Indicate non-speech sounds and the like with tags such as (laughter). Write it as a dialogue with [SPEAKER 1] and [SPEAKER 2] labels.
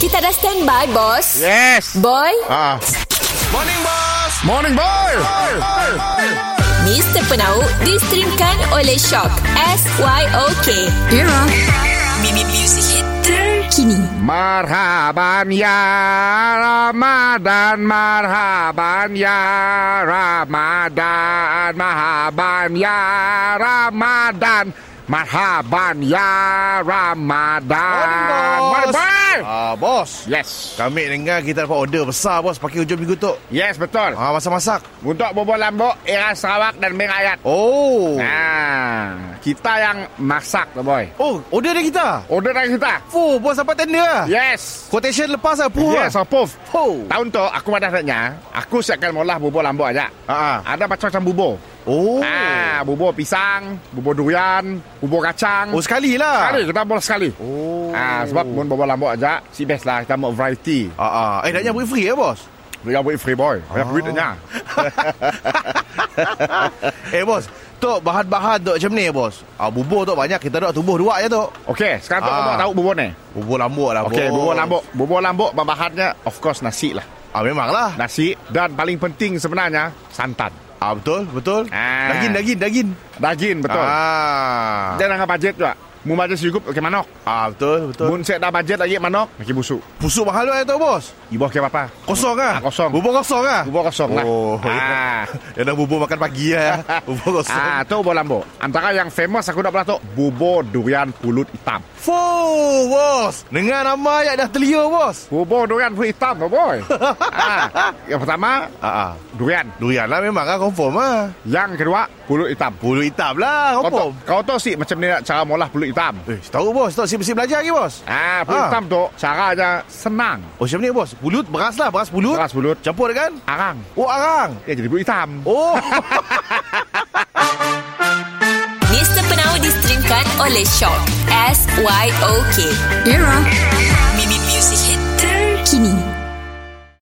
[SPEAKER 1] Kita dah standby, bos.
[SPEAKER 2] Yes.
[SPEAKER 1] Boy,
[SPEAKER 2] Ah.
[SPEAKER 3] Morning Boss
[SPEAKER 2] Morning boy.
[SPEAKER 1] Mr. Penau distrimkan oleh Shock. S-Y-O-K. Era. Mimi Music Hit terkini.
[SPEAKER 2] Marhaban ya Ramadan marhaban ya Ramadan marhaban ya Ramadan marhaban ya Ramadan.
[SPEAKER 3] Morning,
[SPEAKER 2] Morning
[SPEAKER 3] Boss.
[SPEAKER 2] boy.
[SPEAKER 3] Ah, Bos
[SPEAKER 2] Yes.
[SPEAKER 3] Kami dengar kita dapat order besar Bos Pakai hujung minggu tu
[SPEAKER 2] Yes betul.
[SPEAKER 3] Ah, masak-masak
[SPEAKER 2] Untuk bubur lambuk era Sarawak dan Merayat.
[SPEAKER 3] Oh
[SPEAKER 2] Nah, kita yang masak tu boy.
[SPEAKER 3] Oh, order dah kita
[SPEAKER 2] Order dari kita.
[SPEAKER 3] Fuh, Bos dapat tender lah
[SPEAKER 2] Yes.
[SPEAKER 3] Quotation lepas lah Fuh
[SPEAKER 2] Ya. Yes, approve.
[SPEAKER 3] Oh
[SPEAKER 2] Tahun tu aku madah naknya, aku siapkan molah bubur lambuk aja.
[SPEAKER 3] Ah, ah.
[SPEAKER 2] Ada macam-macam bubur.
[SPEAKER 3] Oh
[SPEAKER 2] Ah, bubur pisang, bubur durian, bubur kacang.
[SPEAKER 3] Oh, sekali lah
[SPEAKER 2] sekali kita boleh sekali.
[SPEAKER 3] Oh
[SPEAKER 2] Ah, sebab mun bubur lambuk aja, si best lah kita mau variety.
[SPEAKER 3] Ah, ah. Eh, naknya buat free ya,
[SPEAKER 2] (laughs)
[SPEAKER 3] Bos
[SPEAKER 2] Dia buat free boy. Banyak duit nya.
[SPEAKER 3] Eh, Bos Tok, bahan-bahan Tok macam ni, Bos ah, Bubur Tok banyak Kita nak tubuh dua je, Tok
[SPEAKER 2] Okey, sekarang tu
[SPEAKER 3] Ah.
[SPEAKER 2] kau nak tahu bubur ni.
[SPEAKER 3] Bubur lambuk lah,
[SPEAKER 2] Okey,
[SPEAKER 3] Bos
[SPEAKER 2] bubur lambuk. Bubur lambuk bahannya of course nasi lah.
[SPEAKER 3] Ah, memanglah
[SPEAKER 2] Nasi dan paling penting sebenarnya santan.
[SPEAKER 3] Ah betul, betul.
[SPEAKER 2] Ah.
[SPEAKER 3] Daging, daging, daging.
[SPEAKER 2] Daging betul.
[SPEAKER 3] Ah.
[SPEAKER 2] Dan dengan bajet juga. Mu bajet sigup ke manok.
[SPEAKER 3] Ah betul, betul.
[SPEAKER 2] Mun set dah bajet lagi manok, lagi busuk.
[SPEAKER 3] Busuk mahal lah tu bos.
[SPEAKER 2] Ibu ke apa?
[SPEAKER 3] Kosong
[SPEAKER 2] Ah,
[SPEAKER 3] ah.
[SPEAKER 2] kosong.
[SPEAKER 3] Bubur kosong ah.
[SPEAKER 2] Bubur kosong lah.
[SPEAKER 3] Oh. (laughs)
[SPEAKER 2] Ah.
[SPEAKER 3] Ya dah bubur makan
[SPEAKER 2] (laughs)
[SPEAKER 3] pagi lah. bubur
[SPEAKER 2] Ah,
[SPEAKER 3] kosong.
[SPEAKER 2] tu bubur lambuk. Antara yang famous aku nak pernah tu bubur durian pulut hitam.
[SPEAKER 3] Fu, bos. Dengar nama ayat dah telia bos.
[SPEAKER 2] Bubur durian pulut hitam tu
[SPEAKER 3] (laughs)
[SPEAKER 2] boy. ah, yang pertama
[SPEAKER 3] Ah ah.
[SPEAKER 2] durian,
[SPEAKER 3] Durian lah memang ah confirm ah.
[SPEAKER 2] yang kedua pulut hitam.
[SPEAKER 3] Pulut hitam lah
[SPEAKER 2] Kau tahu,
[SPEAKER 3] confirm.
[SPEAKER 2] kau tahu sih macam ni nak cara molah pulut hitam.
[SPEAKER 3] Eh, tahu bos, tak sip-sip belajar lagi bos.
[SPEAKER 2] Ah, pulut
[SPEAKER 3] Ah.
[SPEAKER 2] hitam tu caranya senang.
[SPEAKER 3] Oh, macam ni bos. Pulut beras lah, beras pulut.
[SPEAKER 2] Keras pulut,
[SPEAKER 3] Campur dengan
[SPEAKER 2] arang.
[SPEAKER 3] Oh, arang.
[SPEAKER 2] Ya jadi pulut hitam.
[SPEAKER 3] Oh.
[SPEAKER 2] (laughs)
[SPEAKER 1] Mr. Penau distrimkan oleh Shock. S-Y-O-K. Era. Mimi Music Hit terkini.